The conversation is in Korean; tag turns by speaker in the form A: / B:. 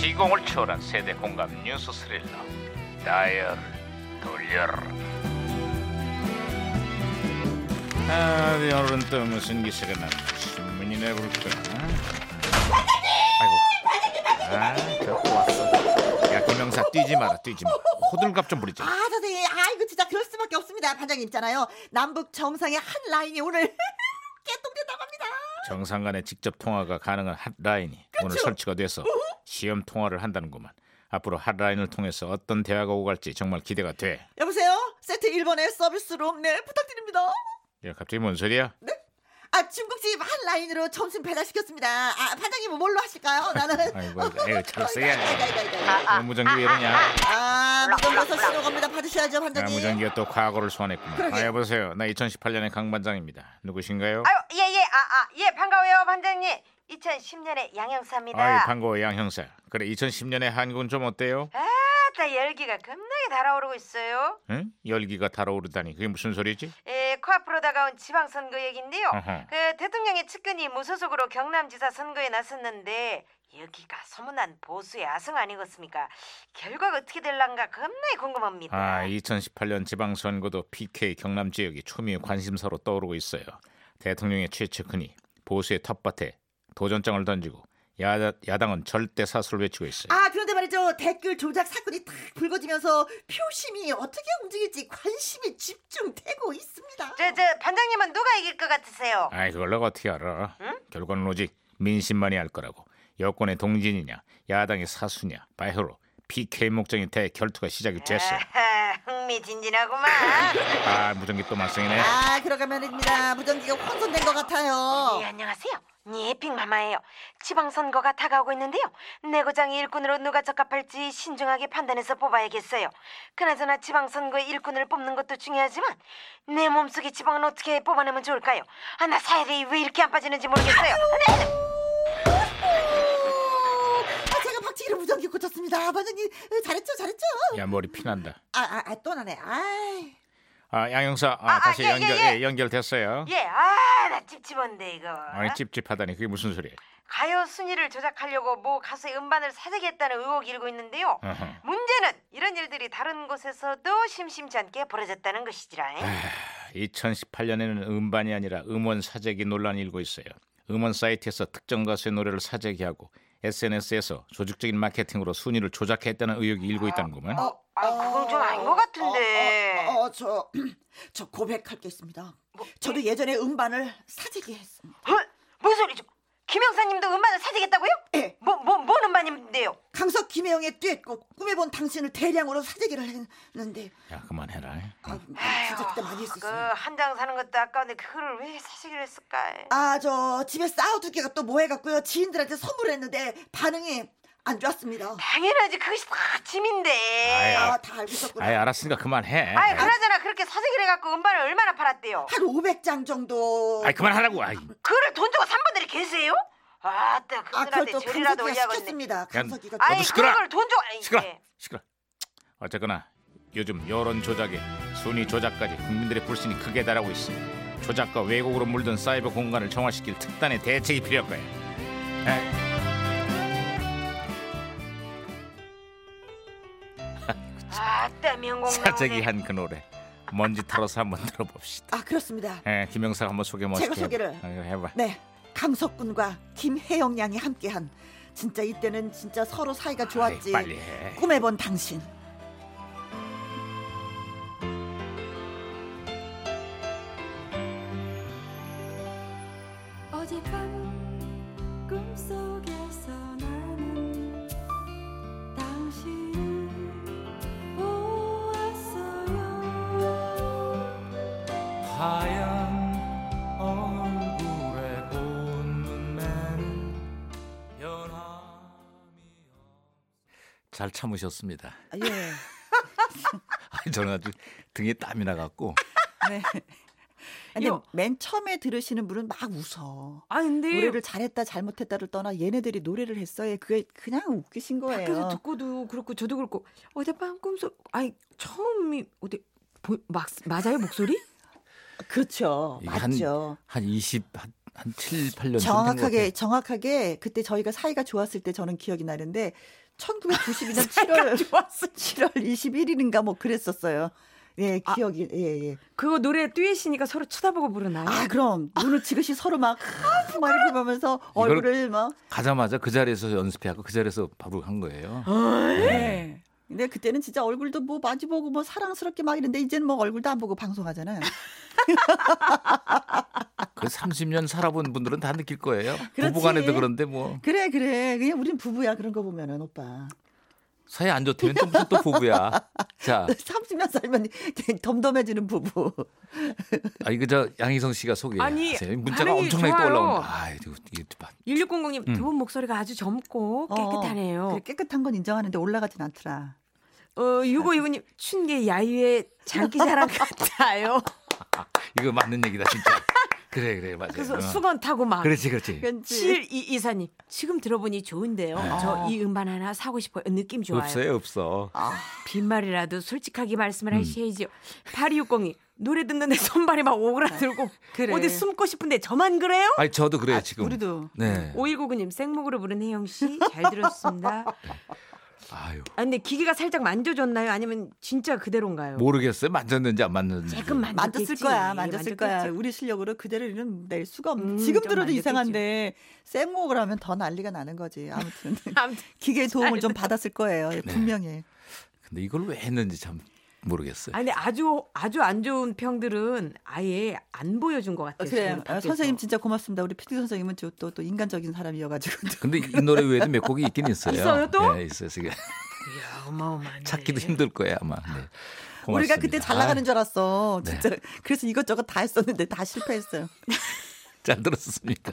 A: 시공을 초월한 세대 공감 뉴스 스릴러 다이얼 돌려라 아, 어디 오늘은 또 무슨 기사가 났나 신문이나 볼까 아이고 아저 왔어 야 김영사 뛰지 마라 뛰지 마 호들갑 좀 부리지 마.
B: 아 선생님 아 이거 진짜 그럴 수밖에 없습니다 반장님 있잖아요 남북 정상의 한 라인이 오늘 개통돼 나갑니다
A: 정상 간의 직접 통화가 가능한 핫라인이 오늘 설치가 돼서 시험 통화를 한다는구만 앞으로 핫라인을 통해서 어떤 대화가 오갈지 정말 기대가 돼
B: 여보세요 세트 1번의 서비스룸 네 부탁드립니다
A: 야, 갑자기 뭔 소리야?
B: 아 중국집 한 라인으로 점심 배달시켰습니다 아 반장님은 뭘로 하실까요 나는
A: 아이고, 에이, 잘 써야 돼.
B: 아이고, 아이고, 아이고, 아이고.
A: 무전기 왜 이러냐?
B: 아 무전버섯 신호가 옵니다 받으셔야죠
A: 야,
B: 반장님
A: 무전기가 또 과거를 소환했구만.
B: 그러게.
A: 아, 여보세요. 나 2018년의 강반장입니다. 누구신가요?
C: 아유 예예 아 아 예 반가워요 반장님 2010년에 양형사입니다
A: 아이, 반가워, 양 형사. 그래, 2010년의 한국은 좀 어때요?
C: 아따 열기가 겁나게 달아오르고 있어요
A: 응? 열기가 달아오르다니. 그게 무슨 소리지?
C: 예 코앞으로 다가온 지방선거 얘긴데요
A: 어허.
C: 그 대통령의 측근이 무소속으로 경남지사 선거에 나섰는데 여기가 소문난 보수의 아성 아니겠습니까 결과가 어떻게 될란가 겁나게 궁금합니다
A: 아, 2018년 지방선거도 PK 경남 지역이 초미의 관심사로 떠오르고 있어요. 대통령의 최측근이 보수의 텃밭에 도전장을 던지고 야, 야당은 절대 사수를 외치고 있어요.
B: 아 그런데 말이죠 댓글 조작 사건이 탁 불거지면서 표심이 어떻게 움직일지 관심이 집중되고 있습니다
C: 저, 저 반장님은 누가 이길 것 같으세요
A: 아이 그걸 내가 어떻게 알아? 결과는 오직 민심만이 알 거라고. 여권의 동진이냐, 야당의 사수냐, 바이로 PK 목적인 대결투가 시작이 됐어.
C: 아하, 흥미진진하구만
A: 아 무전기 또 말썽이네.
B: 아, 그러가면 됩니다. 무전기가 혼선된 것 같아요.
A: 어.
C: 네, 안녕하세요. 네, 빅마마예요. 지방선거가 다가오고 있는데요. 내고장 일꾼으로 누가 적합할지 신중하게 판단해서 뽑아야겠어요. 그나저나 지방선거에 일꾼을 뽑는 것도 중요하지만 내 몸속의 지방은 어떻게 뽑아내면 좋을까요? 아, 나 사일이 왜 이렇게 안 빠지는지 모르겠어요.
B: 아, 제가 박치기로 무전기 고쳤습니다. 반장님, 으, 잘했죠, 잘했죠?
A: 야 머리 피난다.
B: 아, 아, 아, 또 나네. 아이.
A: 아 양형사 아,
C: 아, 아,
A: 다시
C: 예, 예,
A: 연결
C: 예.
A: 예, 연결됐어요.
C: 예, 아, 나 찝찝한데 이거.
A: 아니 찝찝하다니 그게 무슨 소리야?
C: 가요 순위를 조작하려고 모 가수의 음반을 사재겠다는 의혹이 일고 있는데요.
A: 어허.
C: 문제는 이런 일들이 다른 곳에서도 심심치 않게 벌어졌다는 것이지라.
A: 2018년에는 음반이 아니라 음원 사재기 논란이 일고 있어요. 음원 사이트에서 특정 가수의 노래를 사재기하고 SNS에서 조직적인 마케팅으로 순위를 조작했다는 의혹이 일고 있다는구만.
C: 어, 아, 그건 좀 아닌 것 같은데.
B: 어, 어, 어, 어, 저, 저 고백할 게 있습니다.
C: 뭐,
B: 저도 예전에 음반을 사재기 했습니다.
C: 어? 뭔 소리죠? 김영사님도 음반을 사재겠다고요?
B: 예.
C: 뭐, 뭐, 뭔 음반인데요?
B: 강석 김혜영의 듀엣곡 꿈에 본 당신을 대량으로 사재기를 했는데
A: 야 그만해라.
B: 아, 진짜 그때 많이 했었어요.
C: 그한 장 사는 것도 아까운데 그거를 왜 사재기를 했을까?
B: 아, 저 집에 싸우두개가 또 뭐해갖고요. 지인들한테 선물했는데 반응이 안 좋았습니다.
C: 당연하지 그것이 다 짐인데.
A: 아유.
B: 아, 다 알고 있었구나.
A: 아이 알았으니까 그만해.
C: 아이 그나저나 그렇게 사재기를 해갖고 음반을 얼마나 팔았대요?
B: 한 500장 정도.
A: 아이, 그만하라고. 아이.
C: 그거를 돈 주고 산 분들이 계세요? 아따
B: 아, 그걸
C: 그분한테
B: 또 강석이가
C: 절이라도 올려야겠네.
B: 시켰습니다. 강석이가
A: 아이,
C: 아이
A: 너도 시끄러.
C: 그걸 돈 주고. 아이,
A: 시끄러.
C: 예.
A: 시끄러. 어쨌거나 요즘 여론 조작에 순위 조작까지 국민들의 불신이 크게 달하고 있어. 조작과 왜곡으로 물든 사이버 공간을 정화시킬 특단의 대책이 필요할 거야. 에?
C: 아따 명곡
A: 사재기
C: 나오네.
A: 한 그 노래 먼지 털어서 한번 들어봅시다.
B: 아 그렇습니다.
A: 예, 김영사 한번 소개 먼저
B: 제가
A: 해봐.
B: 소개를.
A: 어, 해봐.
B: 네, 강석 군과 김혜영 양이 함께한 진짜 이때는 진짜 서로 사이가 좋았지.
A: 아이, 빨리 해.
B: 꿈에 본 당신.
D: 어젯밤 꿈속에서 나는 당신을 보았어요
E: 하얀 얼굴에 고운 눈매는 연함이
A: 잘 참으셨습니다.
B: 아, 예.
A: 아니, 저는 아주 등에 땀이 나갖고
B: 네. 근데
F: 요.
B: 맨 처음에 들으시는 분은 막 웃어.
F: 아 근데
B: 노래를 잘했다 잘못했다를 떠나 얘네들이 노래를 했어요. 그게 그냥 웃기신
F: 밖에서
B: 거예요.
F: 듣고도 그렇고 저도 그렇고 어젯밤 꿈속 아니 처음이 어디 보, 막 맞아요 목소리?
B: 그렇죠.
G: 이게 한-
B: 맞죠.
G: 한 20, 한, 한 7, 8년
B: 정확하게 정확하게 그때 저희가 사이가 좋았을 때 저는 기억이 나는데 1992년 7월 7월 21일인가 뭐 그랬었어요. 예, 기억이 예, 예.
F: 그거 노래 듀엣이니까 서로 쳐다보고 부르나요?
B: 아, 그럼 눈을 지그시 서로 막 많이 보면서
A: 이걸-
B: 얼굴을 막
A: 가자마자 그 자리에서 연습해갖고 그 자리에서 바로 한 거예요.
B: 네. 근데 그때는 진짜 얼굴도 뭐 마주보고 뭐 사랑스럽게 막 이런데 이제는 뭐 얼굴도 안 보고 방송하잖아요.
A: 그 30년 살아본 분들은 다 느낄 거예요.
B: 그렇지.
A: 부부간에도 그런데 뭐
B: 그래 그래 그냥 우린 부부야 그런 거 보면은 오빠
A: 사이 안 좋다면 또 무슨 또 부부야. 자,
B: 30년 살면 덤덤해지는 부부
A: 아 이거 저 양희성 씨가 소개해
F: 아니,
A: 주세요. 문자가
F: 반응이
A: 엄청나게
F: 좋아요.
A: 또 올라온다. 아, 이거 이게 또 봐.
F: 1600님
A: 음.
F: 두 분 목소리가 아주 젊고
B: 어,
F: 깨끗하네요.
B: 그래, 깨끗한 건 인정하는데 올라가진 않더라
F: 어, 6529님 춘계 야유의 장기자랑 같아요.
A: 이거 맞는 얘기다 진짜. 그래 그래 맞아요.
F: 그래서
A: 어.
F: 수건 타고 막.
A: 그렇지 그렇지.
B: 그렇지
F: 7224님 지금 들어보니 좋은데요. 저 이 음반 하나 사고 싶어요. 느낌 좋아요.
A: 없어요 없어.
F: 빈말이라도 솔직하게 말씀을 하셔야지요. 8260님 노래 듣는데 손발이 막 오그라들고
B: 그래.
F: 어디 숨고 싶은데 저만 그래요?
A: 아니 저도 그래요 지금.
B: 우리도
A: 네.
F: 음, 5199님 생목으로 부른 혜영 씨 잘 들었습니다.
A: 아유
F: 아 근데 기계가 살짝 만져졌나요? 아니면 진짜 그대로인가요?
A: 모르겠어요. 만졌는지 안 만졌는지.
F: 조금 만졌겠지. 예,
B: 만졌을 거야 만졌을
F: 만졌겠지.
B: 거야 우리 실력으로 그대로는 낼 수가 없는
F: 음,
B: 지금
F: 좀
B: 들어도
F: 만졌겠지.
B: 이상한데 쌩목을 하면 더 난리가 나는 거지 아무튼
F: 아무튼
B: 기계의 도움을 좀 받았을 거예요
A: 네.
B: 분명히
A: 근데 이걸 왜 했는지 참 모르겠어요.
F: 아니 아주 아주 안 좋은 평들은 아예 안 보여준 것 같아요.
B: 그래
F: 저는 밖에서.
B: 예, 선생님 진짜 고맙습니다 우리 피디 선생님은 또 또 인간적인 사람이어가지고
A: 근데 이 노래 외에도 몇 곡이 있긴 있어요.
F: 있어요, 또?
A: 네, 있어요. 지금
F: 이야, 어마어마하네.
A: 찾기도 힘들 거예요 아마. 네.
B: 우리가
A: 고맙습니다.
B: 그때
A: 네.
B: 잘 나가는 줄 알았어. 진짜. 그래서 이것저것 다 했었는데 다 실패했어요.
A: 잘 아, 들었습니다.